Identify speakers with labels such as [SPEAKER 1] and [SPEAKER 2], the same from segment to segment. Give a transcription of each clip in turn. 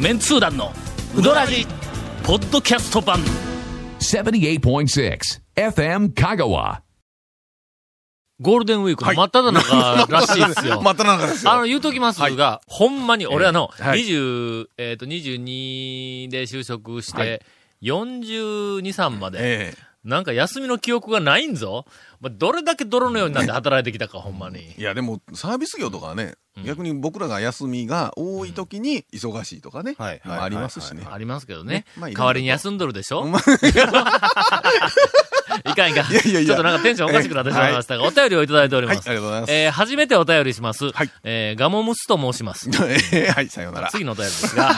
[SPEAKER 1] メンツー団のウドラジポッドキャスト版
[SPEAKER 2] 78.6 FM Kagawa.
[SPEAKER 3] ゴールデンウィークの真っ只中らしいで すよ。
[SPEAKER 4] またなんかです
[SPEAKER 3] あの、
[SPEAKER 4] よ。
[SPEAKER 3] 言うときますが、ほんまに俺あの、
[SPEAKER 4] ええはい
[SPEAKER 3] 20、えっ、と、22で就職して、
[SPEAKER 4] はい
[SPEAKER 3] 42、3まで、
[SPEAKER 4] え
[SPEAKER 3] なんか休みの記憶がないんぞ。まあ、どれだけ泥のようになって働いてきたか、ほんまに
[SPEAKER 4] え。いや、でも、サービス業とかはね、逆に僕らが休みが多い時に忙しいとかね、
[SPEAKER 5] はい
[SPEAKER 4] まあありますしね。
[SPEAKER 3] ありますけどね。
[SPEAKER 4] まあいろいろと
[SPEAKER 3] 代わりに休んどるでしょ、
[SPEAKER 4] ま
[SPEAKER 3] いかんいかん。
[SPEAKER 4] いやいやいや
[SPEAKER 3] ちょっとなんかテンションおかしくなってしまいましたが、お便りをいただいております。
[SPEAKER 4] はいありがとうございます
[SPEAKER 3] えー初めてお便りします。
[SPEAKER 4] はい
[SPEAKER 3] えーガモムスと申し ます。
[SPEAKER 4] ええはい、さようなら。
[SPEAKER 3] 次のお便りですが、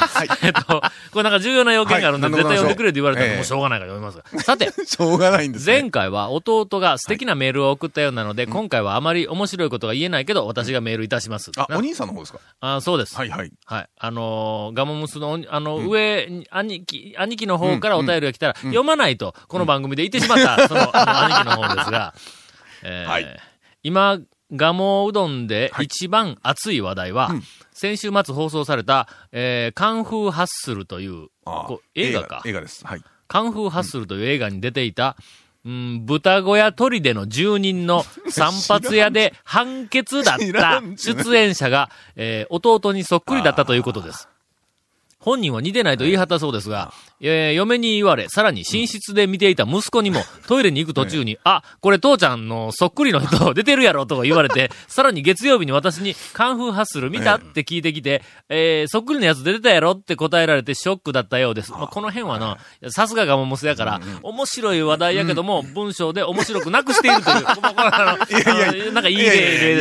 [SPEAKER 3] えっと、これなんか重要な要件があるんで、
[SPEAKER 4] はい
[SPEAKER 3] 絶対
[SPEAKER 4] 何でも
[SPEAKER 3] 読んでくれと言われた
[SPEAKER 4] え
[SPEAKER 3] ら
[SPEAKER 4] え
[SPEAKER 3] もうしょうがないから読みますが。さて、
[SPEAKER 4] しょうが ないんです、ね。
[SPEAKER 3] 前回は弟が素敵なメールを送ったようなので、今回はあまり面白いことが言えないけど、私がメールいたします。
[SPEAKER 4] あ、
[SPEAKER 3] な
[SPEAKER 4] お兄さんの方ですか
[SPEAKER 3] あそうです。は。
[SPEAKER 4] はいいはい。
[SPEAKER 3] あのーガモムスのおに、あの、上に、兄貴、兄貴の方からお便りが来たら、読まないと、この番組で言ってしまった、その、あの兄貴の方です が、えー
[SPEAKER 4] はい
[SPEAKER 3] 今、ガモうどんで一番熱い話題は、先週末放送された、えー、カンフーハッスルという、
[SPEAKER 4] あ
[SPEAKER 3] こう映画か
[SPEAKER 4] 映。画です。はい。
[SPEAKER 3] カンフーハッスルという映画に出ていた、うん、豚小屋砦の住人の散髪屋で判決だっ
[SPEAKER 4] 知
[SPEAKER 3] た
[SPEAKER 4] らん
[SPEAKER 3] 出演者が、えー弟にそっくりだったということです。本人は似てないと言い張ったそうですが、えー嫁に言われ、さらに寝室で見ていた息子にも、トイレに行く途中に、あ、これ父ちゃんのそっくりの人 出てるやろとか言われ て、さらに月曜日に私に、カンフーハッスル見たって聞いてきて、えーそっくりのやつ出てたやろって答えられてショックだったようです。まあ、この辺はな、さすががももすやから、面白い話題やけども、文章で面白くなくしていると いう、ここはあの
[SPEAKER 4] いやい
[SPEAKER 3] なんかいい例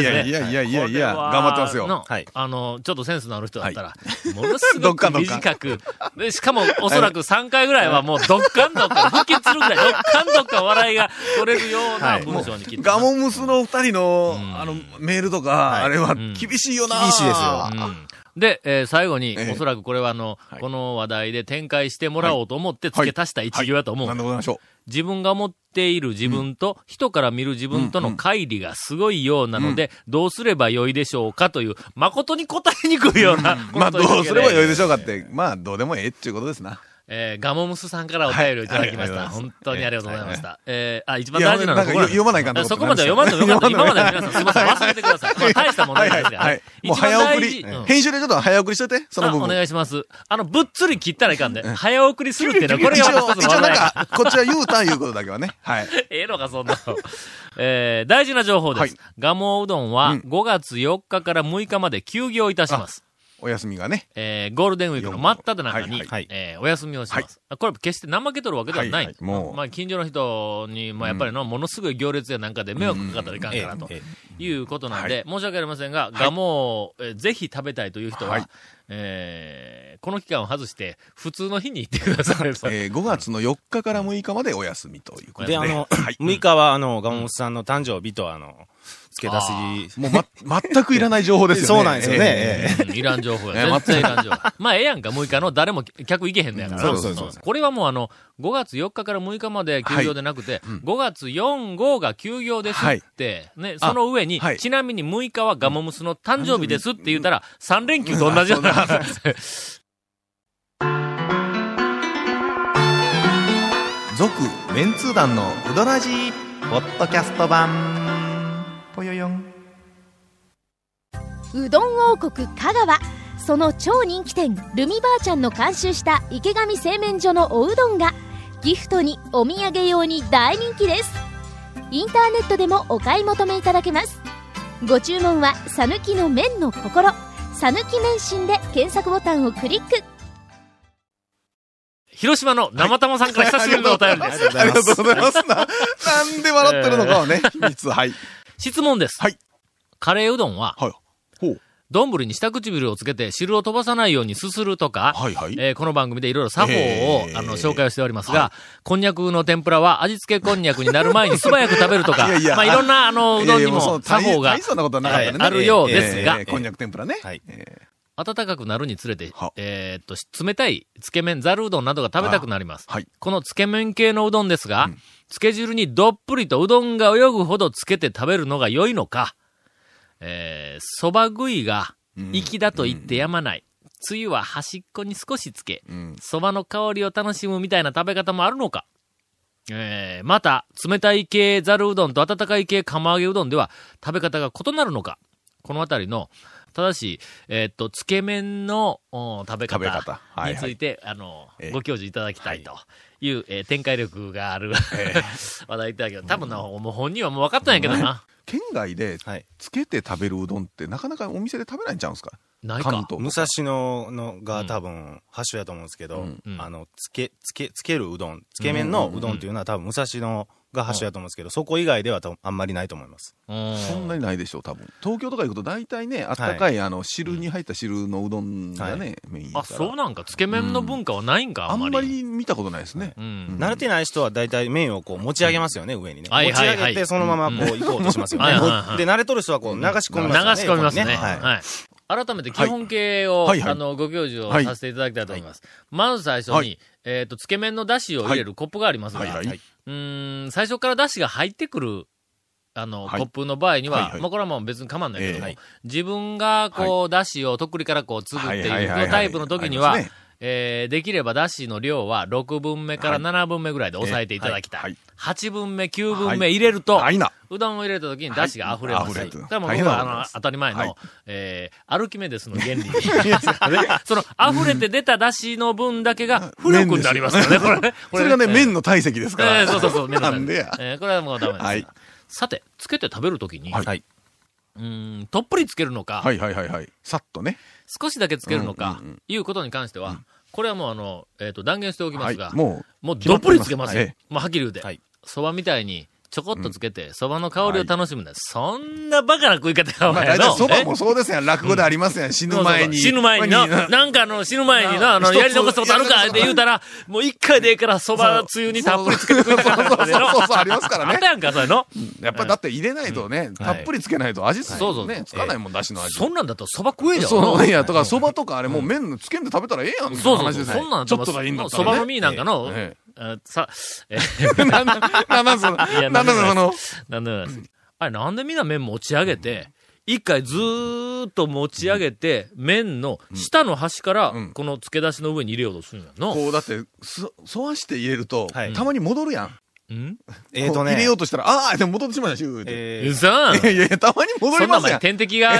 [SPEAKER 3] ですね。
[SPEAKER 4] いやいやいやいやいやいやいやいやいや、
[SPEAKER 3] これは
[SPEAKER 4] 頑張ってますよ。
[SPEAKER 3] の
[SPEAKER 5] はい
[SPEAKER 3] あの、ちょっとセンスのある人だったら
[SPEAKER 4] は、
[SPEAKER 3] ものす
[SPEAKER 4] ど
[SPEAKER 3] ご
[SPEAKER 4] っか
[SPEAKER 3] く
[SPEAKER 4] んどっかん
[SPEAKER 3] 短く、でしかもおそらく3回ぐらいはもうドッカンドッカン、復帰するぐらい、ドッカンドッカン笑いが取れるような
[SPEAKER 5] はい
[SPEAKER 3] 文章に切って
[SPEAKER 4] ガ
[SPEAKER 3] ます。
[SPEAKER 4] モムスのお二人の、あの、メールとか、あれは
[SPEAKER 3] ん
[SPEAKER 4] 厳しいよな、
[SPEAKER 5] 厳しいですよ
[SPEAKER 3] うんで、えー最後に、
[SPEAKER 4] ええ
[SPEAKER 3] おそらくこれはあの、
[SPEAKER 4] はい
[SPEAKER 3] この話題で展開してもらおうと思って付け足した一行だと思う。
[SPEAKER 4] なんでございましょ
[SPEAKER 3] 自分が思っている自分と、人から見る自分との乖離がすごいようなので、どうすればよいでしょうかという、誠に答えにくいような、
[SPEAKER 4] う。まあ、
[SPEAKER 3] この問いか
[SPEAKER 4] ど
[SPEAKER 3] け
[SPEAKER 4] うすればよいでしょうかって、まあ、どうでもええっていうことですな。
[SPEAKER 3] えーガモムスさんからお便りをいただきました。
[SPEAKER 4] はいはいありがとうございます
[SPEAKER 3] 本当にありがとうございました。えーあ、一番
[SPEAKER 4] いや
[SPEAKER 3] 大事なのはここ
[SPEAKER 4] なんか読まないかんと思って
[SPEAKER 3] そこまでは読まんでもよかった。今までは
[SPEAKER 4] 読まない
[SPEAKER 3] 皆さん、すみません、忘れてください。まあ、大した問題
[SPEAKER 4] は
[SPEAKER 3] ないい
[SPEAKER 4] は
[SPEAKER 3] です
[SPEAKER 4] いは
[SPEAKER 3] が
[SPEAKER 4] い。。もう早送り、
[SPEAKER 3] うん
[SPEAKER 4] 編集でちょっと早送りしといて、その
[SPEAKER 3] あ
[SPEAKER 4] 部
[SPEAKER 3] お
[SPEAKER 4] 分。
[SPEAKER 3] 願いします。あの、ぶっつり切ったらいかんで。早送りするっていうのは、これ
[SPEAKER 4] 一
[SPEAKER 3] が
[SPEAKER 4] 応、
[SPEAKER 3] 私たち
[SPEAKER 4] 一
[SPEAKER 3] の話
[SPEAKER 4] 応なん
[SPEAKER 3] 題か。
[SPEAKER 4] か、こっちは言うたいうことだけはね。 はい。
[SPEAKER 3] ええのか、そんなの。えー大事な情報です。ガモうどんは、5月4日から6日まで休業いたします。
[SPEAKER 4] お休みがね。
[SPEAKER 3] えーゴールデンウィークの真っ只中に、
[SPEAKER 4] はいはい
[SPEAKER 3] えーお休みをします。これ決して怠けとるわけではない。
[SPEAKER 4] はいはいもう
[SPEAKER 3] まあ、近所の人に、まあ、やっぱりの、ものすごい行列やなんかで迷惑かかったらいかんからと、
[SPEAKER 5] ええ
[SPEAKER 3] いうことなんで、申し訳ありませんが、ガモを、えーぜひ食べたいという人は、
[SPEAKER 4] はい
[SPEAKER 3] えーこの期間を外して、普通の日に行ってください。
[SPEAKER 4] えー、5月の4日から6日までお休みということで。
[SPEAKER 5] で、あの、
[SPEAKER 4] はい。
[SPEAKER 5] 6日は、あの、ガモモスさんの誕生日と、あの、付け出し。
[SPEAKER 4] もうま、全くいらない情報ですよね。
[SPEAKER 5] そうなんですよね。
[SPEAKER 3] うんいらん情報
[SPEAKER 4] ね
[SPEAKER 3] や。全然いらん情報。まあ、ええやんか、6日の。誰も客行けへんのやから。
[SPEAKER 4] そうそうそう
[SPEAKER 3] これはもうあの、5月4日から6日まで休業でなくて、5月4、5が休業ですって、ね、その上に
[SPEAKER 4] あはい、
[SPEAKER 3] ちなみに6日はガモムスの誕生日ですって言ったら、3連休と同じよう な。
[SPEAKER 4] 続、メンツー団のうどらじ
[SPEAKER 5] ポッドキャスト版。ぽよよん。
[SPEAKER 6] うどん王国香川その超人気店ルミばあちゃんの監修した池上製麺所のおうどんがギフトにお土産用に大人気ですインターネットでもお買い求めいただけますご注文は「さぬきの麺の心」「さぬき麺心」で検索ボタンをクリック
[SPEAKER 3] 広島の生玉さんから久しぶりのお便りです。
[SPEAKER 4] ありがとうございます。な、なんで笑ってるのかはね、秘密。はい。
[SPEAKER 3] 質問です。
[SPEAKER 4] はい
[SPEAKER 3] カレーうどんは、
[SPEAKER 4] はい。ほう。
[SPEAKER 3] 丼に下唇をつけて汁を飛ばさないようにすするとか、
[SPEAKER 4] はいはい。
[SPEAKER 3] えーこの番組でいろいろ作法を、
[SPEAKER 4] えー
[SPEAKER 3] あの紹介をしておりますが、こんにゃくの天ぷらは味付けこんにゃくになる前に素早く食べるとか、
[SPEAKER 4] いやいや
[SPEAKER 3] まあいろんなあのうどんにも作法が
[SPEAKER 4] 大したなことはなかったね。
[SPEAKER 3] あるようですが
[SPEAKER 4] えーえーこんにゃく天ぷらね。
[SPEAKER 5] はい。
[SPEAKER 3] 温かくなるにつれて
[SPEAKER 4] は、
[SPEAKER 3] えーっと、冷たいつけ麺、ざるうどんなどが食べたくなります。
[SPEAKER 4] はい。
[SPEAKER 3] このつけ麺系のうどんですが、つけ汁にどっぷりとうどんが泳ぐほどつけて食べるのが良いのか、えー、そば食いが粋だと言ってやまない。梅雨は端っこに少しつけ、
[SPEAKER 4] うん。
[SPEAKER 3] そばの香りを楽しむみたいな食べ方もあるのか。えー、また、冷たい系ざるうどんと温かい系釜揚げうどんでは食べ方が異なるのか。このあたりの、ただしい、えーっと、つけ麺のお食べ方
[SPEAKER 4] 食べ方はいはい
[SPEAKER 3] について、あの
[SPEAKER 4] ええ、
[SPEAKER 3] ご教授いただきたいという、えー展開力がある、 話題だけど、多分な、もう本人はもう分かったんやけどな。
[SPEAKER 4] 県外で
[SPEAKER 5] はい。
[SPEAKER 4] つけて食べるうどんってなかなかお店で食べないんちゃうんすか
[SPEAKER 3] ない
[SPEAKER 4] 関
[SPEAKER 3] か。
[SPEAKER 4] 東
[SPEAKER 5] 武蔵野の
[SPEAKER 3] う
[SPEAKER 5] が
[SPEAKER 3] ん
[SPEAKER 5] 多分、発祥やと思うんですけど、
[SPEAKER 4] うん
[SPEAKER 3] うん
[SPEAKER 5] あの、つけ、つけ、つけるうどん、つけ麺のうどんっていうのは多分武蔵野が発祥やと思うんですけど、そこ以外では多分あんまりないと思います。
[SPEAKER 3] うん
[SPEAKER 4] そんなにないでしょう多分東京とか行くと大体ねあったかい、あの汁に入った汁のうどんがね、メインやから
[SPEAKER 3] あ、そうなんか。つけ麺の文化はないんか、
[SPEAKER 4] あ
[SPEAKER 3] あん
[SPEAKER 4] ん
[SPEAKER 3] まり。
[SPEAKER 4] まり見たことないですね、
[SPEAKER 3] うん。
[SPEAKER 5] 慣れてない人は大体麺をこう持ち上げますよね、上にね。
[SPEAKER 3] はい
[SPEAKER 5] 持ち
[SPEAKER 3] はいはい
[SPEAKER 5] 上げて、そのままこう行こうとしますよね。
[SPEAKER 3] うん
[SPEAKER 5] こう
[SPEAKER 3] はいはいはい
[SPEAKER 5] で、慣れとる人はこう流し込みます
[SPEAKER 3] 流し
[SPEAKER 5] よね。
[SPEAKER 3] 込みますね。
[SPEAKER 5] 横に
[SPEAKER 3] はい。
[SPEAKER 5] はい
[SPEAKER 3] 改めて基本形を、
[SPEAKER 4] はいはいはい
[SPEAKER 3] あの、ご教授をさせていただきたいと思います。まず最初に、
[SPEAKER 4] はい
[SPEAKER 3] えっ、と、つけ麺の出汁を入れるコップがありますが、
[SPEAKER 4] はいはいう
[SPEAKER 3] ーん、最初から出汁が入ってくる、あの、
[SPEAKER 4] はい
[SPEAKER 3] コップの場合には、
[SPEAKER 4] はいはい
[SPEAKER 3] まあ、これはもう別に構わないけども、
[SPEAKER 4] え
[SPEAKER 3] 自分がこう、出汁をとっくりからこう、継ぐっていうタイプの時には、
[SPEAKER 4] ありますね
[SPEAKER 3] えーできれば出汁の量は6分目から7分目ぐらいで抑えていただきたい。
[SPEAKER 4] はいはい
[SPEAKER 3] 8分目、9分目入れると、
[SPEAKER 4] はいな
[SPEAKER 3] うどんを入れた時に出汁が溢れます。
[SPEAKER 4] はい溢れる
[SPEAKER 3] だからもう僕
[SPEAKER 4] 大変な
[SPEAKER 3] はあ
[SPEAKER 4] こと
[SPEAKER 3] の
[SPEAKER 4] です
[SPEAKER 3] 当たり前の、
[SPEAKER 4] はい
[SPEAKER 3] えー、アルキメデスの原 理に その溢れて出た出汁の分だけが浮力になりますよね、 これね。こ
[SPEAKER 4] それがね、
[SPEAKER 3] えー
[SPEAKER 4] 麺の体積ですから。
[SPEAKER 3] えーそうそうそう、麺の
[SPEAKER 4] なんでや。
[SPEAKER 3] えーこれはもうダメです。
[SPEAKER 4] はい
[SPEAKER 3] さて、つけて食べるときに、
[SPEAKER 4] はい
[SPEAKER 5] はい。
[SPEAKER 3] うーん、とっぷりつけるのか、
[SPEAKER 4] はいはいはいはい。さっとね。
[SPEAKER 3] 少しだけつけるのか、
[SPEAKER 4] うんうん
[SPEAKER 3] いうことに関しては、これはもうあの、えっ、と、断言しておきま
[SPEAKER 4] は
[SPEAKER 3] す
[SPEAKER 4] い
[SPEAKER 3] が、。も
[SPEAKER 4] も
[SPEAKER 3] うどっぷりつけますよ。
[SPEAKER 4] ええ
[SPEAKER 3] もうはっきり言うて
[SPEAKER 5] はい。
[SPEAKER 3] そば、みたいに、ちょこっとつけて、そば、の香りを楽しむんだ、そんなバカな食い方が
[SPEAKER 4] う、
[SPEAKER 3] お
[SPEAKER 4] まあ
[SPEAKER 3] 前
[SPEAKER 4] 大
[SPEAKER 3] の。
[SPEAKER 4] 体そば
[SPEAKER 3] え
[SPEAKER 4] もそうですやん。落語でありますやん。死ぬ前に。
[SPEAKER 3] そうそうそう死ぬ前に
[SPEAKER 4] まあ
[SPEAKER 3] な。なんかあの、死ぬ前にな、あの、
[SPEAKER 4] 一つ
[SPEAKER 3] やり残したことあるかって言うたら、もう一回でええから、そばつゆにたっぷりつけてくれたから
[SPEAKER 4] そうそうそうそうそうありますからね
[SPEAKER 3] あったやんか、それの。
[SPEAKER 4] やっぱりだって入れないとね、たっぷりつけないと味
[SPEAKER 3] そうそう
[SPEAKER 4] ね、つかないもん、だしの味。
[SPEAKER 3] そんなんだったらそば食えじゃん。
[SPEAKER 4] そういや、とから、そばとかあれもう麺のつけんで食べたらええやんって
[SPEAKER 3] そうそうそ
[SPEAKER 4] 話で
[SPEAKER 3] う。
[SPEAKER 4] すよ
[SPEAKER 3] そんなん
[SPEAKER 4] ちょっとがいいんだった
[SPEAKER 3] そ
[SPEAKER 4] ら
[SPEAKER 3] ばの
[SPEAKER 4] ね。
[SPEAKER 3] 実なんかの、
[SPEAKER 4] え
[SPEAKER 3] あさ、え
[SPEAKER 4] え なんだ、なんだその、
[SPEAKER 3] いや
[SPEAKER 4] なんだその、
[SPEAKER 3] なんでもないです。あれ、なんでみんな麺持ち上げて、一回ずーっと持ち上げて、麺の下の端から
[SPEAKER 4] うん、
[SPEAKER 3] この漬け出しの上に入れようとするんやの。
[SPEAKER 4] こうだって、そ、沿わして入れると
[SPEAKER 5] は、い
[SPEAKER 4] たまに戻るやん。
[SPEAKER 3] うん
[SPEAKER 5] えっと
[SPEAKER 4] こう
[SPEAKER 5] ね。
[SPEAKER 4] 入れようとしたら、ああ、でも戻ってしまいました、シューって。
[SPEAKER 5] え
[SPEAKER 3] う
[SPEAKER 5] ー
[SPEAKER 3] ざん
[SPEAKER 4] いやいや、たまに戻
[SPEAKER 3] そ
[SPEAKER 4] り
[SPEAKER 3] んな
[SPEAKER 4] ますや
[SPEAKER 3] 前天
[SPEAKER 4] ん。
[SPEAKER 3] 敵が、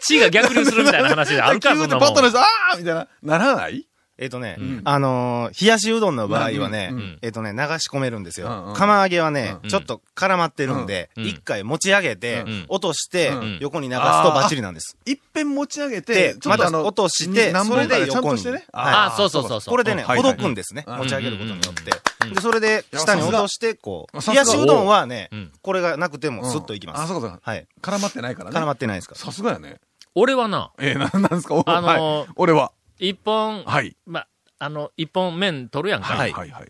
[SPEAKER 3] 血が逆流するみたいな話であるか、
[SPEAKER 4] 急
[SPEAKER 3] そ
[SPEAKER 4] に
[SPEAKER 3] んな
[SPEAKER 4] パ
[SPEAKER 3] も
[SPEAKER 4] ッとの
[SPEAKER 3] ん。、
[SPEAKER 4] 人、ああみたいな、ならない
[SPEAKER 5] えっとね
[SPEAKER 4] ん、
[SPEAKER 5] あのー、冷やしうどんの場合はね
[SPEAKER 4] うんうん
[SPEAKER 5] えっとね、流し込めるんです
[SPEAKER 4] うんう
[SPEAKER 5] よ
[SPEAKER 4] ん。
[SPEAKER 5] 釜揚げはね
[SPEAKER 3] う、ん
[SPEAKER 5] ちょっと絡まってるんで、
[SPEAKER 3] うん
[SPEAKER 5] 一回持ち上げて
[SPEAKER 3] うん、
[SPEAKER 5] 落として
[SPEAKER 4] うん、
[SPEAKER 5] 横に流すとバッチリなんです。
[SPEAKER 4] 一遍持ち上げて
[SPEAKER 5] で、、また落として、
[SPEAKER 4] 何
[SPEAKER 5] それ
[SPEAKER 4] 本か
[SPEAKER 5] で
[SPEAKER 4] でちゃん
[SPEAKER 5] 横
[SPEAKER 4] と
[SPEAKER 5] に
[SPEAKER 4] してね。。
[SPEAKER 5] はい
[SPEAKER 3] あ、そうそうそうそう。
[SPEAKER 5] これでね、
[SPEAKER 4] はい
[SPEAKER 5] ほ
[SPEAKER 4] はい
[SPEAKER 5] どくんですね。
[SPEAKER 4] うん
[SPEAKER 5] 持ち上げることによって
[SPEAKER 3] うんう。ん
[SPEAKER 5] で、それで、下に落として、こ
[SPEAKER 4] さ
[SPEAKER 5] う、
[SPEAKER 4] すが
[SPEAKER 5] 冷やしうどんはね
[SPEAKER 3] うん、
[SPEAKER 5] これがなくても
[SPEAKER 4] うん
[SPEAKER 5] スッといきま
[SPEAKER 4] あ、
[SPEAKER 5] す。
[SPEAKER 4] そうかそうか。
[SPEAKER 5] はい。
[SPEAKER 4] 絡まってないからね。
[SPEAKER 5] 絡まってないですか
[SPEAKER 4] さすがやね。
[SPEAKER 3] 俺はな、
[SPEAKER 4] えー、な なんですかお
[SPEAKER 3] あのー
[SPEAKER 4] はい俺は。
[SPEAKER 3] 一本、
[SPEAKER 4] はい。
[SPEAKER 3] ま、あの、一本麺取るやんか。
[SPEAKER 4] はい。はい。はい。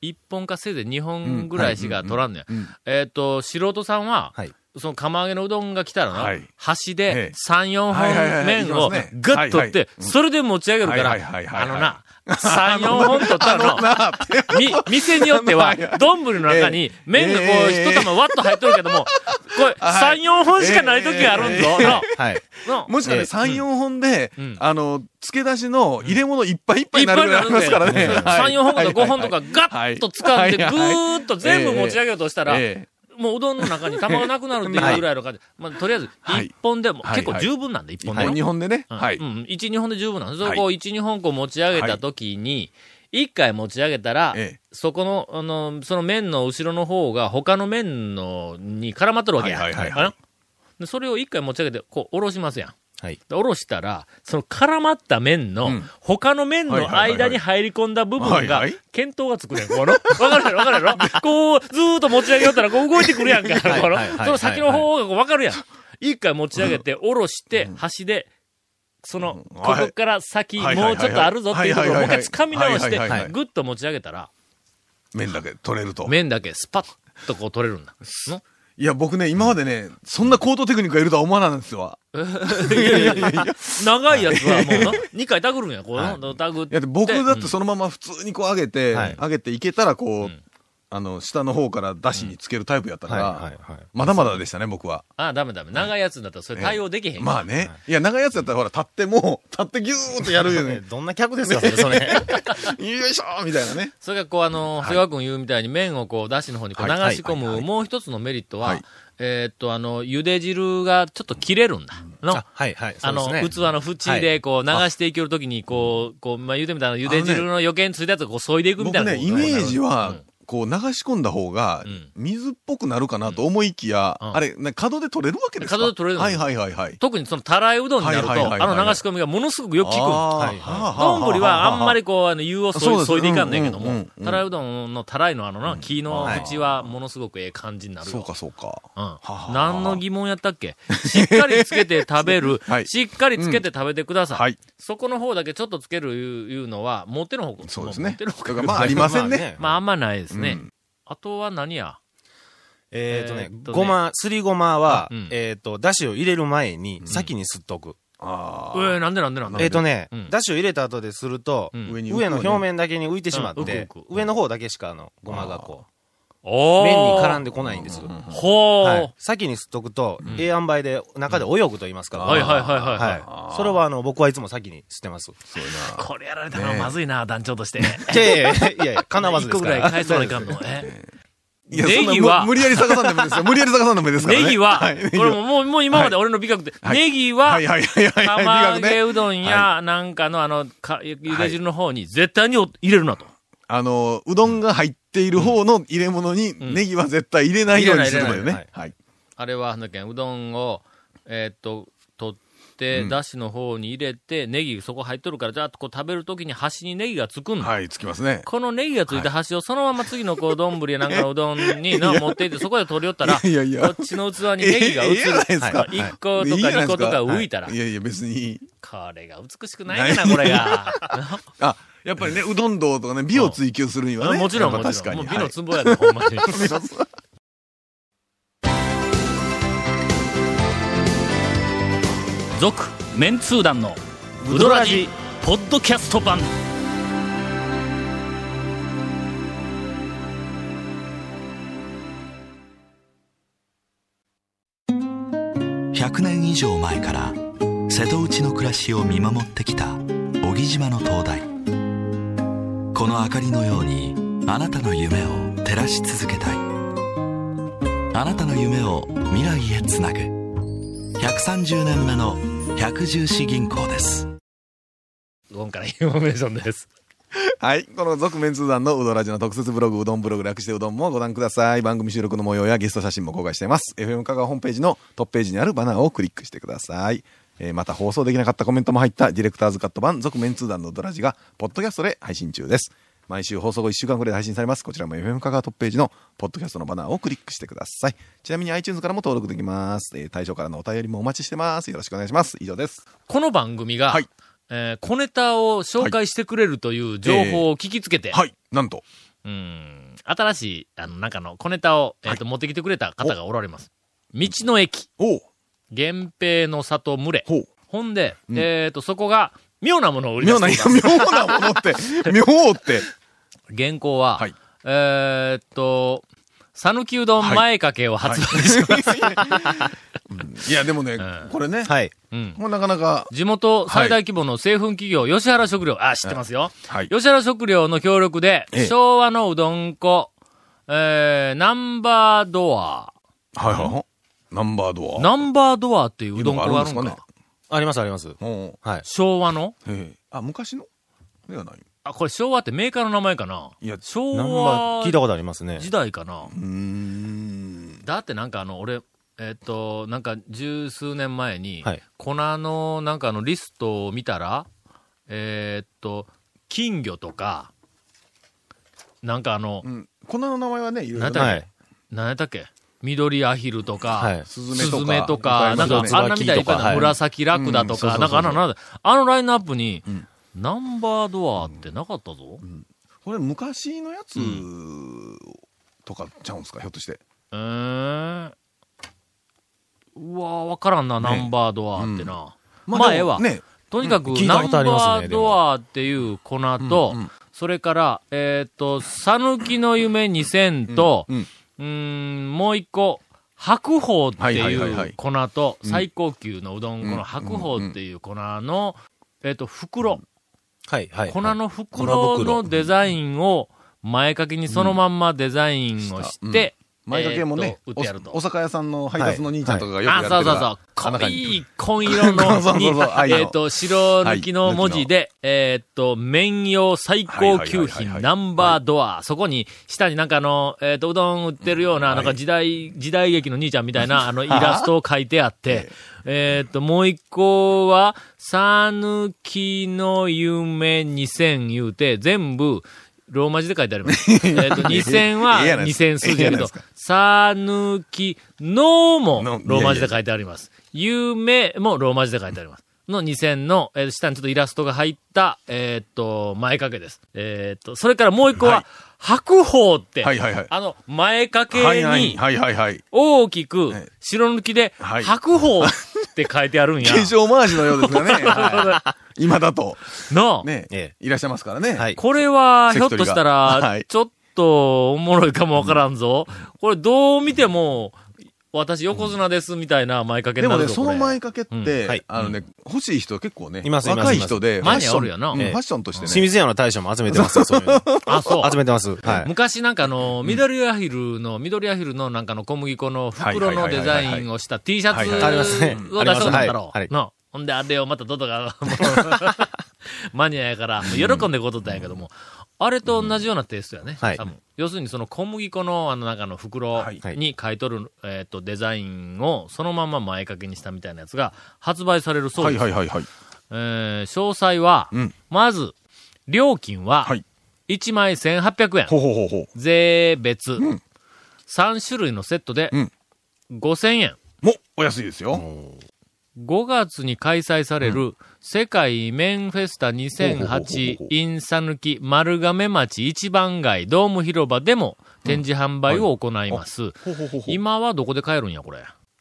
[SPEAKER 3] 一本かせいぜい二本ぐらいしか取らんのや
[SPEAKER 4] うん。
[SPEAKER 3] えっと、素人さんは、
[SPEAKER 5] はい。
[SPEAKER 3] その釜揚げのうどんが来たらな、
[SPEAKER 4] はい
[SPEAKER 3] 端
[SPEAKER 4] え
[SPEAKER 3] で
[SPEAKER 4] え
[SPEAKER 3] 3、4
[SPEAKER 4] はいはいは
[SPEAKER 3] 本
[SPEAKER 4] い
[SPEAKER 3] 麺を
[SPEAKER 4] いきますね
[SPEAKER 3] グッと取っ
[SPEAKER 4] はい
[SPEAKER 3] て
[SPEAKER 4] は、いうん
[SPEAKER 3] それで持ち上げるから、
[SPEAKER 4] はいはいはい
[SPEAKER 3] あ
[SPEAKER 4] はい
[SPEAKER 3] の
[SPEAKER 4] はい
[SPEAKER 3] な、3、4本取ったらの、
[SPEAKER 4] なあって
[SPEAKER 3] み、店によっては
[SPEAKER 4] はいは、い
[SPEAKER 3] 丼の中に麺がこう、
[SPEAKER 4] ええ
[SPEAKER 3] 一玉わっと入っとるけども、これ、
[SPEAKER 4] はい
[SPEAKER 3] 3、4本しかない時があるんぞ、
[SPEAKER 4] ええ
[SPEAKER 5] はい。
[SPEAKER 3] の、の、
[SPEAKER 4] もしかね、
[SPEAKER 5] えー
[SPEAKER 4] 3、4本で
[SPEAKER 3] うん、
[SPEAKER 4] あの、漬け出しの入れ物いっぱいいっぱい
[SPEAKER 3] いっ
[SPEAKER 4] にな
[SPEAKER 3] ぱい
[SPEAKER 4] る
[SPEAKER 3] に
[SPEAKER 4] ぐらい
[SPEAKER 3] な
[SPEAKER 4] あ
[SPEAKER 3] る
[SPEAKER 4] り
[SPEAKER 3] ん
[SPEAKER 4] ま
[SPEAKER 3] です
[SPEAKER 4] からね。
[SPEAKER 3] 3、4本とか5本とかガ
[SPEAKER 4] は
[SPEAKER 3] ッ
[SPEAKER 4] い
[SPEAKER 3] と掴んで、ぐ
[SPEAKER 4] はいはい
[SPEAKER 3] ーっと全部持ち上げようとしたら、
[SPEAKER 4] え
[SPEAKER 3] もううどんの中に玉がなくなるっていうぐらいの感じ。まあ、とりあえず、
[SPEAKER 4] はい
[SPEAKER 3] 一本でも、
[SPEAKER 4] はい
[SPEAKER 3] 結構十分なんで、一
[SPEAKER 4] ー、
[SPEAKER 3] 本
[SPEAKER 4] 1
[SPEAKER 3] でも。
[SPEAKER 4] 本、2本でね。
[SPEAKER 3] うん
[SPEAKER 4] はい。
[SPEAKER 3] うん。一、二本で十分なんです。そ
[SPEAKER 4] はい
[SPEAKER 3] こを一、二本こう持ち上げたときに、一回持ち上げたら
[SPEAKER 4] ええ、
[SPEAKER 3] そこの、あの、その面の後ろの方が他の面のに絡まっとるわけや。
[SPEAKER 4] はいはいはいはい
[SPEAKER 3] あのでそれを一回持ち上げて、こう、下ろしますやん。
[SPEAKER 5] はい。
[SPEAKER 3] で下ろしたら、その絡まった面の、
[SPEAKER 4] うん
[SPEAKER 3] 他の面の
[SPEAKER 4] はいはいはい
[SPEAKER 3] 間
[SPEAKER 4] はい
[SPEAKER 3] に入り込んだ部分
[SPEAKER 4] はい
[SPEAKER 3] が
[SPEAKER 4] はい、
[SPEAKER 3] 検討がつくねん、この。わかるやろわかるやろこう、ずーっと持ち上げよったら、こう動いてくるやんか、
[SPEAKER 5] はい
[SPEAKER 3] この
[SPEAKER 5] はいはい。はい
[SPEAKER 3] その先の方がこうわかるやん。一回持ち上げて、下ろして、端で、その、
[SPEAKER 4] うん
[SPEAKER 3] こ
[SPEAKER 4] はい
[SPEAKER 3] こから先、も
[SPEAKER 4] は
[SPEAKER 3] う
[SPEAKER 4] い
[SPEAKER 3] ち
[SPEAKER 4] はい
[SPEAKER 3] ょっ
[SPEAKER 4] はいはい
[SPEAKER 3] とあるぞっていうところをもう一
[SPEAKER 4] はいはいは
[SPEAKER 3] 回
[SPEAKER 4] い
[SPEAKER 3] 掴み直し
[SPEAKER 4] はいはいは
[SPEAKER 3] て、
[SPEAKER 4] い
[SPEAKER 3] ぐっと持ち上げたら、
[SPEAKER 4] 麺だけ取れると。
[SPEAKER 3] 面だけスパッとこう取れる んだ。の
[SPEAKER 4] いや、僕ね、今までね、そんな高等テクニックがいるとは思わなかったんですよ。
[SPEAKER 3] いやいやいや長いやつはもうな、2回タグるんや、こうな、タグっ
[SPEAKER 4] いや、
[SPEAKER 3] て。
[SPEAKER 4] 僕だっ
[SPEAKER 3] うん
[SPEAKER 4] てそのまま普通にこう上げて、
[SPEAKER 5] はい
[SPEAKER 4] 上げていけたらこう、
[SPEAKER 3] ん
[SPEAKER 4] あの、下の方から出汁につけるタイプやったか
[SPEAKER 5] はい
[SPEAKER 4] ら
[SPEAKER 5] はいはい、
[SPEAKER 4] まだまだでしたね、僕は。
[SPEAKER 3] あダメダメ。長いやつだったらそれ対応できへん。
[SPEAKER 4] まあね。いや、長いやつやったらほら、立ってもう、立ってギューっとやるよ
[SPEAKER 5] え
[SPEAKER 4] ね。
[SPEAKER 5] どんな客ですか、それ。それ
[SPEAKER 4] よいしょーみたいなね。
[SPEAKER 3] それがこう、あの、長谷川君言うみたいに麺をこう、だしの方にこう流
[SPEAKER 4] はいはい
[SPEAKER 3] し込む、もう一つのメリットは、
[SPEAKER 4] はい
[SPEAKER 3] えーっと、あの、茹で汁がちょっと切れるんだ。の
[SPEAKER 5] あはいはい。
[SPEAKER 3] あの、
[SPEAKER 5] そうです
[SPEAKER 3] 器の縁で、こう、流していけるときに、こう、こう、まあ、言うてみたら、茹で汁の余計についたやつをこう、削いでいくみたい
[SPEAKER 4] 僕
[SPEAKER 3] な。
[SPEAKER 4] ね、イメージ
[SPEAKER 3] う
[SPEAKER 4] は
[SPEAKER 3] ん、
[SPEAKER 4] こう流し込んだ方が
[SPEAKER 3] うん、
[SPEAKER 4] 水っぽくなるかなと思いきや、
[SPEAKER 3] うん
[SPEAKER 4] あれ、ね角で取れるわけですか
[SPEAKER 3] 角で取れるの
[SPEAKER 4] はいはいはいはい。
[SPEAKER 3] 特にその、たらいうどんになると、
[SPEAKER 4] はいはいはいはい
[SPEAKER 3] あの流し込みがものすごくよく効くんです
[SPEAKER 5] い
[SPEAKER 4] あー
[SPEAKER 5] は
[SPEAKER 3] どんぶりはあんま。
[SPEAKER 4] は
[SPEAKER 3] りこう、あの、湯をそ
[SPEAKER 4] そう
[SPEAKER 3] い
[SPEAKER 4] です
[SPEAKER 3] そいでいかんねんけど
[SPEAKER 4] うんうんう
[SPEAKER 3] も
[SPEAKER 4] んう、ん
[SPEAKER 3] たらいうどんのたらいのあのな、木の縁はものすごくええ感じにな
[SPEAKER 4] あ
[SPEAKER 3] る
[SPEAKER 4] そう
[SPEAKER 3] よ
[SPEAKER 4] か。そうか。
[SPEAKER 3] うん
[SPEAKER 4] は。あ
[SPEAKER 3] 何の疑問やったっけしっかりつけて食べ る
[SPEAKER 4] は。い
[SPEAKER 3] しっかりつけて食べてくださ
[SPEAKER 4] はいい。
[SPEAKER 3] そこの方だけちょっとつけるいういうのは、持っての方向。
[SPEAKER 4] そうです
[SPEAKER 3] 持っ
[SPEAKER 4] ね
[SPEAKER 3] ての。方向
[SPEAKER 4] だから まあありませんね。
[SPEAKER 3] まあ、あんまないですね
[SPEAKER 4] うん。
[SPEAKER 3] あとは何や
[SPEAKER 5] えっとね
[SPEAKER 3] えーっ、とね
[SPEAKER 5] ごま、すりごまは
[SPEAKER 3] うん、
[SPEAKER 5] えっと、だしを入れる前に、先に吸っとく。
[SPEAKER 4] あ
[SPEAKER 3] え
[SPEAKER 4] ー
[SPEAKER 3] ー、なんでなんでなんで
[SPEAKER 5] えっとね
[SPEAKER 3] うん、
[SPEAKER 5] だしを入れた後ですると
[SPEAKER 3] う、ん
[SPEAKER 4] 上に浮く
[SPEAKER 5] 上
[SPEAKER 4] よね
[SPEAKER 5] の表面だけに浮いてしまっ
[SPEAKER 3] うん浮
[SPEAKER 5] て
[SPEAKER 3] く浮、く
[SPEAKER 5] 上の方だけしか、あの、ごまがこう、
[SPEAKER 3] おー
[SPEAKER 5] 麺に絡んでこないんです。
[SPEAKER 3] ほ
[SPEAKER 5] は
[SPEAKER 3] ー
[SPEAKER 5] い。先に吸っとくと、ええ塩梅で、中で泳ぐと言いますから。
[SPEAKER 3] はいはいはいはいはい
[SPEAKER 5] はい。それは、あの、僕はいつも先に吸って ます。
[SPEAKER 3] これやられたらまずいな、団長として。
[SPEAKER 5] いやいやい やいやいや、かなわず
[SPEAKER 3] 一
[SPEAKER 5] で
[SPEAKER 3] 個
[SPEAKER 5] す
[SPEAKER 3] ぐ
[SPEAKER 5] から
[SPEAKER 3] い
[SPEAKER 5] ら。
[SPEAKER 3] 返さないかんの。え
[SPEAKER 4] いやそんな
[SPEAKER 3] ネギは
[SPEAKER 4] む無理やり探さんでもいいですよ。無理やり探さんでもいいですからね。
[SPEAKER 3] ネギは、
[SPEAKER 4] はいネ
[SPEAKER 3] これももう、もう今まで俺の美学で、
[SPEAKER 4] はい
[SPEAKER 3] ネギは、
[SPEAKER 4] はいはいはいはいは
[SPEAKER 3] 釜
[SPEAKER 4] い。
[SPEAKER 3] 揚
[SPEAKER 4] 美学ね
[SPEAKER 3] げうどんや、なんかのあの、かゆゆで汁の方に絶対にお入れるなと。
[SPEAKER 4] あの、うどんが入っている方の入れ物に
[SPEAKER 3] ん
[SPEAKER 4] ネギは絶対入れないようにするのよ
[SPEAKER 5] 入れない入れない
[SPEAKER 4] ね。はい。
[SPEAKER 3] あれは、なんだっけ、うどんを、えーっと、取って、
[SPEAKER 4] うん
[SPEAKER 3] だしの方に入れて、ネギそこ入っとるから、じゃあ、こう食べるときに端にネギがつくんだ。
[SPEAKER 4] はい、つきますね。
[SPEAKER 3] このネギがついた端をそのまま次のこう、丼やなんかのうどんにな持っていって、そこで取り寄ったら、
[SPEAKER 4] いやいやいや
[SPEAKER 3] こっちの器にネギが映
[SPEAKER 4] ええええじゃないです
[SPEAKER 3] る。
[SPEAKER 4] か
[SPEAKER 3] はい一個と
[SPEAKER 4] いいじ
[SPEAKER 3] か
[SPEAKER 4] ゃ
[SPEAKER 3] 二
[SPEAKER 4] ないです
[SPEAKER 3] 個とか浮いたら
[SPEAKER 4] は、いやいや、別に。
[SPEAKER 3] これが美しくないかな、これが。
[SPEAKER 4] あ、やっぱりね、うどん道とかね、美を追求するにはね。
[SPEAKER 3] もちろん、
[SPEAKER 4] やっ
[SPEAKER 3] も
[SPEAKER 4] ぱ
[SPEAKER 3] ち
[SPEAKER 4] 確
[SPEAKER 3] ろ
[SPEAKER 4] か
[SPEAKER 3] ん。
[SPEAKER 4] に。
[SPEAKER 3] もう美
[SPEAKER 4] は
[SPEAKER 3] の
[SPEAKER 4] い
[SPEAKER 3] つぼやで、ほんま に。
[SPEAKER 1] 続メンツー団のウドラジポッドキャスト 版
[SPEAKER 7] 100年以上前から瀬戸内の暮らしを見守ってきた小木島の灯台この明かりのようにあなたの夢を照らし続けたいあなたの夢を未来へつなぐ130年目の百十四銀行です
[SPEAKER 3] うどんからインフォメーションです。
[SPEAKER 4] はい。この続面通談のうどんラジの特設ブログ、うどんブログ略してうどんもご覧ください。番組収録の模様やゲスト写真も公開しています。FM 香川ホームページのトップページにあるバナーをクリックしてください。えーまた放送できなかったコメントも入ったディレクターズカット版続面通談のうどらじが、ポッドキャストで配信中です。毎週放送後1週間くらいで配信されます。こちらも FM 香川トップページのポッドキャストのバナーをクリックしてください。ちなみに iTunes からも登録できます。えー対象からのお便りもお待ちしてます。よろしくお願いします。以上です。
[SPEAKER 3] この番組が、
[SPEAKER 4] はい
[SPEAKER 3] えー小ネタを紹介してくれるという情報を聞きつけて、
[SPEAKER 4] はい。なんと。
[SPEAKER 3] うん新しい、あの、中の小ネタを、えーと持ってきてくれた方がおられます。道の駅、
[SPEAKER 4] おう。
[SPEAKER 3] 源平の里群れ。
[SPEAKER 4] ほう。
[SPEAKER 3] ほんで、えっ、と、そこが、妙なものを売り出
[SPEAKER 4] 妙な、い
[SPEAKER 3] し
[SPEAKER 4] や
[SPEAKER 3] ており
[SPEAKER 4] 妙なも のって、妙って。
[SPEAKER 3] ます原稿は、
[SPEAKER 4] はい
[SPEAKER 3] えっと、讃岐うどん前掛けを発売します。
[SPEAKER 4] いや、でもね
[SPEAKER 3] ん、
[SPEAKER 4] これね、
[SPEAKER 5] はい。
[SPEAKER 3] うん
[SPEAKER 4] もうなかなか、
[SPEAKER 3] 地元最大規模の製粉企業、吉原食料、あ、知ってますよ。
[SPEAKER 4] はい。
[SPEAKER 3] 吉原食料の協力で、
[SPEAKER 4] ええ
[SPEAKER 3] 昭和のうどん粉、えー、ナンバードア。
[SPEAKER 4] はいはい。ナンバードア。
[SPEAKER 3] ナンバードアっていううどん粉があるん
[SPEAKER 4] い
[SPEAKER 3] か
[SPEAKER 4] うのがあるんです
[SPEAKER 5] ありますあります。
[SPEAKER 4] ほ
[SPEAKER 5] はい。
[SPEAKER 3] 昭和の
[SPEAKER 4] うへえあ、昔のではない。
[SPEAKER 3] あ、これ昭和ってメーカーの名前かない
[SPEAKER 4] や
[SPEAKER 3] 昭
[SPEAKER 5] ナンバ
[SPEAKER 3] 和
[SPEAKER 5] ー聞いたことありますね。
[SPEAKER 3] 時代かな
[SPEAKER 4] うーん。
[SPEAKER 3] だってなんかあの、俺、えっと、なんか十数年前に、
[SPEAKER 5] はい
[SPEAKER 3] 粉のなんかあのリストを見たら、えーっと、金魚とか、なんかあの、
[SPEAKER 4] うん。この名前はね、いろいろ
[SPEAKER 3] な
[SPEAKER 4] ね。
[SPEAKER 3] んだ
[SPEAKER 5] は
[SPEAKER 3] っ
[SPEAKER 5] い
[SPEAKER 3] け。何やったっけ緑アヒルとか、
[SPEAKER 5] はい
[SPEAKER 4] ス
[SPEAKER 3] スズ
[SPEAKER 4] ズ
[SPEAKER 3] メ
[SPEAKER 4] メ
[SPEAKER 3] と
[SPEAKER 4] と
[SPEAKER 3] か、
[SPEAKER 4] か、
[SPEAKER 3] なんか
[SPEAKER 5] いっぱいいますよね
[SPEAKER 3] あんなみたいに
[SPEAKER 5] 椿とかはい
[SPEAKER 3] 紫ラクダとか、
[SPEAKER 4] うん
[SPEAKER 3] なんかあ
[SPEAKER 4] そうそ
[SPEAKER 3] の、
[SPEAKER 4] うそう
[SPEAKER 3] なんだあのラインナップに
[SPEAKER 4] ん、
[SPEAKER 3] ナンバードアってなかったぞ。
[SPEAKER 4] これ昔のやつとかちゃうんですか、ひょっとして。
[SPEAKER 3] えーうわーわからんな、ナンバードアってな。まあ、ええわ。
[SPEAKER 4] ね。
[SPEAKER 3] とにかく、
[SPEAKER 5] うん聞い
[SPEAKER 3] ナ
[SPEAKER 5] た
[SPEAKER 3] ン
[SPEAKER 5] ことあります
[SPEAKER 3] バ
[SPEAKER 5] ね
[SPEAKER 3] ー
[SPEAKER 5] で
[SPEAKER 3] ド
[SPEAKER 5] も
[SPEAKER 3] アっていう粉と、それから、えーっと、さぬきの夢2000と、
[SPEAKER 4] うんうん
[SPEAKER 3] うーん、もう一個、白鵬って
[SPEAKER 4] はいはいいはいは
[SPEAKER 3] う
[SPEAKER 4] い
[SPEAKER 3] 粉と、最高級のうどん、この白鵬っていう粉の、えーっと、袋、
[SPEAKER 5] はい、はい。
[SPEAKER 3] 粉
[SPEAKER 5] はい
[SPEAKER 3] の袋のデザインを、前掛けにそのまんまデザインをして、
[SPEAKER 4] 前掛けもね、
[SPEAKER 3] えーっと売ってやると
[SPEAKER 4] おお酒屋さんの配達の兄ちゃんとかがよくやっ
[SPEAKER 3] あ、
[SPEAKER 4] てる
[SPEAKER 3] そうそうそう。濃い紺色の
[SPEAKER 4] そうそうそう
[SPEAKER 3] に、
[SPEAKER 4] はい
[SPEAKER 3] えっと、白抜きの文字で、えっと、麺用最高級
[SPEAKER 4] はいはいはいはいは
[SPEAKER 3] 品
[SPEAKER 4] い
[SPEAKER 3] ナンバードア。そこに、下になんかあの、えっと、うどん売ってるような、なんか時代、時代劇の兄ちゃんみたい な、あの、イラストを書いてあって、えっと、もう一個は、さぬきの夢2000言うて、全部、ローマ字で書いてあり ます。えっと、2000は
[SPEAKER 4] ええやないですか
[SPEAKER 3] 2000数字やけ
[SPEAKER 4] ええやないで
[SPEAKER 3] ど
[SPEAKER 4] すか、
[SPEAKER 3] さぬきのも
[SPEAKER 4] の
[SPEAKER 3] ローマ字で書いてあります。夢もローマ字で書いてあります。の2000の、えー下にちょっとイラストが入った、えーっと、前掛けです。えーっと、それからもう一個は、白鵬って、
[SPEAKER 4] はいはいはい
[SPEAKER 3] あの、前掛け
[SPEAKER 4] はいはい
[SPEAKER 3] に
[SPEAKER 4] はいはいはい。
[SPEAKER 3] 大きく
[SPEAKER 4] はい
[SPEAKER 3] 白抜きで、
[SPEAKER 4] はい
[SPEAKER 3] 白鵬って書いてあ るんや。
[SPEAKER 4] 化粧回しのようで すよね。はい今だと。
[SPEAKER 3] の、
[SPEAKER 4] ね
[SPEAKER 5] ええ、
[SPEAKER 4] いらっしゃいますからね。
[SPEAKER 5] はい。
[SPEAKER 3] これは、ひょっ
[SPEAKER 4] 関取
[SPEAKER 3] とし
[SPEAKER 4] が
[SPEAKER 3] た
[SPEAKER 4] は
[SPEAKER 3] ら
[SPEAKER 4] い、
[SPEAKER 3] ちょっとおもろいかもわからんぞ。これどう見ても、私横綱ですみたいな前掛け
[SPEAKER 4] で
[SPEAKER 3] にな
[SPEAKER 4] もね、
[SPEAKER 3] るぞ。
[SPEAKER 4] そ
[SPEAKER 3] こ
[SPEAKER 4] の
[SPEAKER 3] れ
[SPEAKER 4] 前掛けっ
[SPEAKER 5] うんはい
[SPEAKER 4] て、あのね、欲しい人結構ね、
[SPEAKER 5] いますいます
[SPEAKER 4] 若い人で、ファ
[SPEAKER 3] ま
[SPEAKER 4] ッ
[SPEAKER 3] す
[SPEAKER 4] ショ
[SPEAKER 3] 前におるよな
[SPEAKER 4] ンうんファッションとして
[SPEAKER 5] 清
[SPEAKER 4] ね。
[SPEAKER 5] 水屋の大将も集めてますよ、そういうの。
[SPEAKER 3] あ、そう。
[SPEAKER 5] 集めてます。はい。
[SPEAKER 3] 昔なんかあの、緑アヒルの、緑アヒルのなんかの小麦粉の袋のデザインをした T シャツ
[SPEAKER 4] はい
[SPEAKER 3] を
[SPEAKER 4] はい
[SPEAKER 3] 出
[SPEAKER 4] はい
[SPEAKER 5] はいはいはい
[SPEAKER 3] そうだったろ。
[SPEAKER 5] ありますねはいうはい
[SPEAKER 3] の。ほんであれをまたドドが、もうマニアやから、もう喜んでこうとったんやけども、あれと同じようなテイストやね。
[SPEAKER 5] はい
[SPEAKER 3] 多分要するにその小麦粉のあの中の袋
[SPEAKER 4] はい
[SPEAKER 3] に書いとる、えっと、デザインをそのまま前掛けにしたみたいなやつが発売されるそう
[SPEAKER 4] は
[SPEAKER 3] で
[SPEAKER 4] い
[SPEAKER 3] す。
[SPEAKER 4] はいはいはい。
[SPEAKER 3] えー詳細は
[SPEAKER 4] うん、
[SPEAKER 3] まず、料金は
[SPEAKER 4] はい、
[SPEAKER 3] 1枚1800円。
[SPEAKER 4] ほうほうほうほう。
[SPEAKER 3] 税別、三3種類のセットで
[SPEAKER 4] うん
[SPEAKER 3] 5000円。
[SPEAKER 4] もう、お安いですよ。
[SPEAKER 3] 5月に開催される世界麺フェスタ
[SPEAKER 4] ほうほうほうほ
[SPEAKER 3] 2008
[SPEAKER 4] う
[SPEAKER 3] in さぬき丸亀町一番街ドーム広場でも展示販売を行います。
[SPEAKER 4] ほうほうほうほう。
[SPEAKER 3] 今はどこで買えるんや、これ。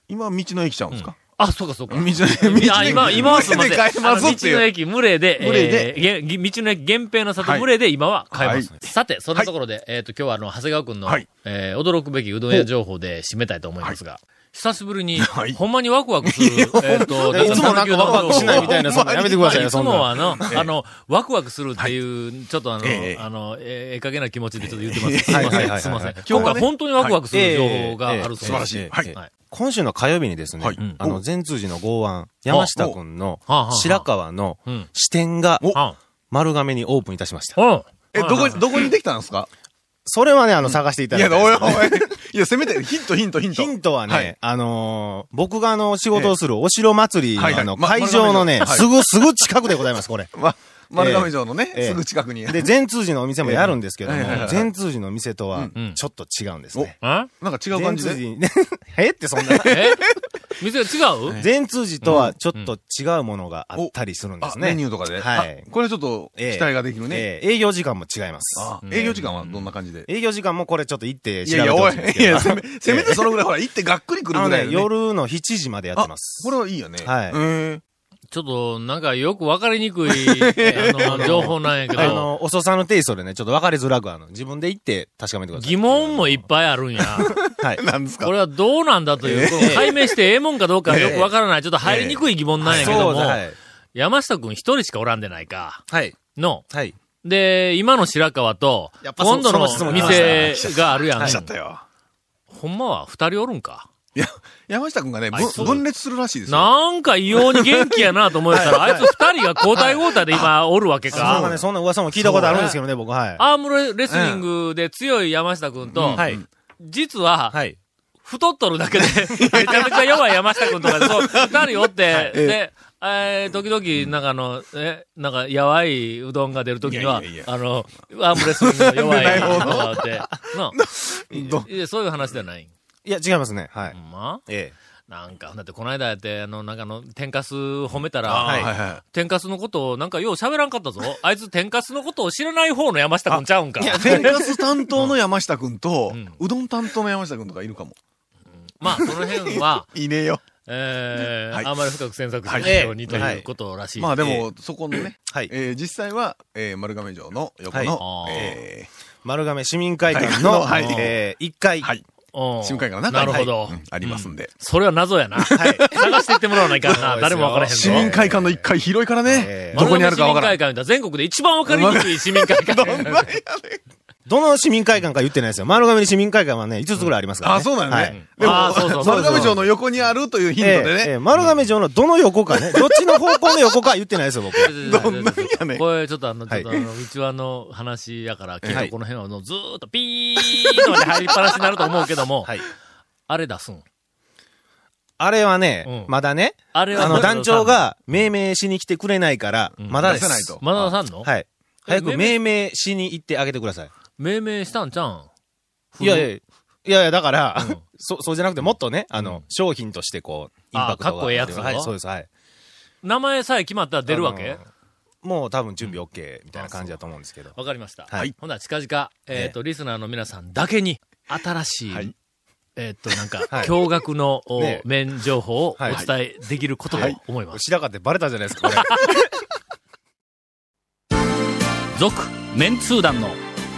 [SPEAKER 4] 今、道の駅ちゃうんですか
[SPEAKER 3] あ、そうかそうか。
[SPEAKER 4] 道の駅
[SPEAKER 3] いや、今、今はすいません。
[SPEAKER 4] 道の駅で買えます
[SPEAKER 3] あの
[SPEAKER 4] っていう
[SPEAKER 3] 道の駅、群れで、
[SPEAKER 4] 群れで
[SPEAKER 3] えーげ道の駅、源平の里、
[SPEAKER 4] はい
[SPEAKER 3] 群れで今は買えます。
[SPEAKER 4] は
[SPEAKER 3] さて、そのところで、えっ、と、今日はあの、長谷川くんの、
[SPEAKER 4] はい
[SPEAKER 3] えー驚くべきうどん屋情報で締めたいと思いますが、久しぶりに、
[SPEAKER 4] はい
[SPEAKER 3] ほんまにワクワクする、えっ、と、
[SPEAKER 5] いつもなんかワクワクしないみたいな、
[SPEAKER 4] ほ
[SPEAKER 5] そ
[SPEAKER 4] ん
[SPEAKER 5] ん
[SPEAKER 4] ま
[SPEAKER 5] な
[SPEAKER 4] に
[SPEAKER 5] やめてください
[SPEAKER 3] い
[SPEAKER 5] よ、
[SPEAKER 3] つ
[SPEAKER 5] そん
[SPEAKER 3] もは
[SPEAKER 5] な。
[SPEAKER 3] あの、あの、ワクワクするっていう、ちょっとあの、
[SPEAKER 4] ええ
[SPEAKER 3] あの、えええかげな気持ちでちょっと言ってます。すい
[SPEAKER 5] はい
[SPEAKER 3] ませ
[SPEAKER 5] はいは
[SPEAKER 3] ん、
[SPEAKER 5] い
[SPEAKER 3] すいません。
[SPEAKER 4] 今
[SPEAKER 3] 今
[SPEAKER 4] 日
[SPEAKER 3] 日か
[SPEAKER 4] は
[SPEAKER 3] ら
[SPEAKER 4] ね
[SPEAKER 3] 本当にワクワクする情報があるそう
[SPEAKER 4] 素晴
[SPEAKER 3] で
[SPEAKER 4] ら
[SPEAKER 3] す。
[SPEAKER 4] しい
[SPEAKER 5] ええ
[SPEAKER 4] はい
[SPEAKER 5] ええ今週の火曜日にですね
[SPEAKER 4] はい、
[SPEAKER 5] あの、全通寺の剛腕、山下くんの
[SPEAKER 3] はあはあはあ
[SPEAKER 5] 白川の
[SPEAKER 3] うん
[SPEAKER 5] 支店が
[SPEAKER 4] お
[SPEAKER 3] あ
[SPEAKER 5] 丸亀にオープンいたしました。
[SPEAKER 3] うん。
[SPEAKER 4] え、どこ、どこにできたんですか
[SPEAKER 5] それはね、あの、探していた
[SPEAKER 4] い
[SPEAKER 5] だ
[SPEAKER 4] や、
[SPEAKER 5] いて。
[SPEAKER 4] おいおい。いや、せめて、ヒントヒントヒント。
[SPEAKER 5] ヒントはね、
[SPEAKER 4] はい
[SPEAKER 5] あのー僕があの、仕事をするお城祭りの
[SPEAKER 4] はいはい
[SPEAKER 5] あの、
[SPEAKER 4] ま
[SPEAKER 5] 会場のね、
[SPEAKER 4] 丸亀のはい
[SPEAKER 5] すぐ、すぐ近くでございます、これ。
[SPEAKER 4] ま、丸亀城のね、
[SPEAKER 5] ええ
[SPEAKER 4] すぐ近くに。
[SPEAKER 5] で、全通寺のお店もやるんですけども
[SPEAKER 4] ええはいはいは、い
[SPEAKER 5] 全通寺のお店とは
[SPEAKER 3] うん、
[SPEAKER 5] ちょっと違うんですね。
[SPEAKER 3] あ
[SPEAKER 4] なんか違う感
[SPEAKER 5] 全
[SPEAKER 4] じ
[SPEAKER 5] 通寺
[SPEAKER 4] で。
[SPEAKER 5] に、 えってそ んな。
[SPEAKER 3] え店が違う
[SPEAKER 5] 全通寺とはちょっと違うものがあったりするんで
[SPEAKER 4] あ
[SPEAKER 5] すね。
[SPEAKER 4] メニューとかで。
[SPEAKER 5] はい
[SPEAKER 4] あこれちょっと、期
[SPEAKER 5] ええ
[SPEAKER 4] 待ができるね。
[SPEAKER 5] ええ営業時間も違います。
[SPEAKER 4] あ営業時間はどんな感じで
[SPEAKER 5] 営業時間もこれちょっと行って
[SPEAKER 4] い
[SPEAKER 5] 調
[SPEAKER 4] やい
[SPEAKER 5] べて
[SPEAKER 4] や、お
[SPEAKER 5] ほ
[SPEAKER 4] い
[SPEAKER 5] しいんです。
[SPEAKER 4] い
[SPEAKER 5] けど
[SPEAKER 4] や、。せめ、せめてそのぐらい、ほら、行ってがっくり来
[SPEAKER 5] あ
[SPEAKER 4] る
[SPEAKER 5] の
[SPEAKER 4] ぐら
[SPEAKER 5] ね
[SPEAKER 4] い、のね。
[SPEAKER 5] 夜の7時までやってます。
[SPEAKER 4] これはいいよね。
[SPEAKER 5] はい
[SPEAKER 4] へえ
[SPEAKER 3] ちょっと、なんかよくわかりにくい、あの、情報なんやけ
[SPEAKER 5] あ
[SPEAKER 3] ど、
[SPEAKER 5] の、遅さのテイストでね、ちょっと分かりづらく、あの、自分で行って確かめてください。
[SPEAKER 3] 疑問もいっぱいある んや。
[SPEAKER 5] はい。
[SPEAKER 4] なんですか
[SPEAKER 3] これはどうなんだという、この解明してええもんかどうかよくわからない、ちょっと入りにくい疑問なんやけど
[SPEAKER 5] そう
[SPEAKER 3] も、
[SPEAKER 5] だはい。
[SPEAKER 3] 山下くん一人しかおらんでないか。
[SPEAKER 5] はい。
[SPEAKER 3] の。
[SPEAKER 5] はい。
[SPEAKER 3] で、今の白川と
[SPEAKER 5] やっ、ぱそ
[SPEAKER 3] 今度の
[SPEAKER 5] その質問来ま
[SPEAKER 3] 店があるやん
[SPEAKER 4] 来。ちゃったよ。
[SPEAKER 3] ほんまは二人おるんか。
[SPEAKER 4] いや、山下くんがね、ぶ
[SPEAKER 3] あそう
[SPEAKER 4] 分裂するらしいですよ。
[SPEAKER 3] なんか異様に元気やなと思ったら、あいつ二人が交代交代で今おるわけ
[SPEAKER 5] なん
[SPEAKER 3] か
[SPEAKER 5] か。ね、そんな噂も聞いたことあるんですけどね、僕、はい。
[SPEAKER 3] アームレスリングで強い山下くんと、
[SPEAKER 5] はい。
[SPEAKER 3] 実は、
[SPEAKER 5] はい。
[SPEAKER 3] 太っとるだけで、 めちゃめちゃ弱い山下くんと かで、そう、二人おって、で、えー、時々、なんかあの、え、なんか、やわいうどんが出るときには、
[SPEAKER 4] いやいやい
[SPEAKER 3] あの、アームレスリングの弱い
[SPEAKER 4] なるほ
[SPEAKER 3] の
[SPEAKER 4] ど
[SPEAKER 3] があって、な
[SPEAKER 4] どん
[SPEAKER 3] いやそういう話じゃない。
[SPEAKER 5] いや、違いますね。はい
[SPEAKER 3] ほ。んま
[SPEAKER 5] え
[SPEAKER 3] なんか、だってこの間やって、あの、なんかあの、天かす褒めたら、
[SPEAKER 4] はいはいは
[SPEAKER 3] 天かすのことを、なんかよう喋らんかったぞ。あいつ天かすのことを知らない方の山下くんちゃうんか
[SPEAKER 4] い。い。や、天かす担当の山下くんと
[SPEAKER 3] うん、
[SPEAKER 4] うどん担当の山下くんとかいるかも。
[SPEAKER 3] まあ、その辺は、
[SPEAKER 4] いねえよ。
[SPEAKER 3] えー
[SPEAKER 4] はい
[SPEAKER 3] あまり深く詮索しないようにと
[SPEAKER 5] はい
[SPEAKER 3] いうことらしい。
[SPEAKER 4] まあでも、そこのね、
[SPEAKER 5] はい
[SPEAKER 4] えー実際は、えー丸亀城の横の、
[SPEAKER 3] はい
[SPEAKER 4] え
[SPEAKER 5] 丸亀市民会館の、
[SPEAKER 4] はい
[SPEAKER 5] えー、1階。
[SPEAKER 4] ーはい、
[SPEAKER 3] うん
[SPEAKER 4] 新会館の
[SPEAKER 3] な
[SPEAKER 4] 中に
[SPEAKER 3] るほど
[SPEAKER 4] う。んありますんで。
[SPEAKER 3] それは謎やな。探していってもらわないかんな。誰もわからへんぞ。
[SPEAKER 4] 市民会館の1階広いからね
[SPEAKER 5] え、ー
[SPEAKER 4] どこにあるかわか
[SPEAKER 3] 丸
[SPEAKER 4] らない。
[SPEAKER 3] 亀市民会館だ全国で一番わかりにくい市民会館。
[SPEAKER 5] どの市民会館か言ってないですよ。丸亀市民会館はね、5つぐらいありますから、ね。
[SPEAKER 4] あ、そうなの
[SPEAKER 5] は
[SPEAKER 4] ね。
[SPEAKER 5] い
[SPEAKER 4] でも
[SPEAKER 3] あーそうそうそう
[SPEAKER 4] 丸亀城の横にあるというヒント
[SPEAKER 5] え
[SPEAKER 4] で
[SPEAKER 5] え
[SPEAKER 4] ね。
[SPEAKER 5] ええ丸亀城のどの横か ね、どっちの方向の横か言ってないですよ、僕。
[SPEAKER 4] どんなんやねん
[SPEAKER 3] これちょっとあの、ちょ
[SPEAKER 5] は
[SPEAKER 3] っ
[SPEAKER 5] い
[SPEAKER 3] とあの、うちわの話やから、きっ
[SPEAKER 5] は
[SPEAKER 3] と
[SPEAKER 5] い
[SPEAKER 3] この辺はもうずーっとピーッとまで入りっぱなしになると思うけども、
[SPEAKER 5] はい。
[SPEAKER 3] あれ出すん。
[SPEAKER 5] あれはね、
[SPEAKER 3] うん
[SPEAKER 5] まだね、
[SPEAKER 3] あれは
[SPEAKER 5] あの団長が命名しに来てくれないから、まだです。
[SPEAKER 4] 出せないと
[SPEAKER 3] まだ出さんの
[SPEAKER 5] はい。早く
[SPEAKER 3] 命
[SPEAKER 5] 命名しに行ってあげてください。
[SPEAKER 3] 命名したんちゃうん
[SPEAKER 5] いやいやいやいや、だから、
[SPEAKER 3] うん
[SPEAKER 5] そ、そうじゃなくて、もっとね、あの、商品としてこう、インパクトが。
[SPEAKER 3] あかっこええやつを
[SPEAKER 5] はい、そうです、はい。
[SPEAKER 3] 名前さえ決まったら出るわけ
[SPEAKER 5] あのもう多分準備 OK みたいな感じだと思うんですけど。
[SPEAKER 3] わかりました。
[SPEAKER 5] はい
[SPEAKER 3] ほな、近々、えっ、と、リスナーの皆さんだけに、新しい、
[SPEAKER 4] はい
[SPEAKER 3] えっ、と、なんか、
[SPEAKER 5] はい
[SPEAKER 3] 驚愕の、お
[SPEAKER 5] ね
[SPEAKER 3] 面情報をお
[SPEAKER 5] はい
[SPEAKER 3] 伝えできることと
[SPEAKER 5] はい
[SPEAKER 3] 思います。
[SPEAKER 5] 白髪ってバレたじゃないですか、これ。
[SPEAKER 1] 続、メンツー団の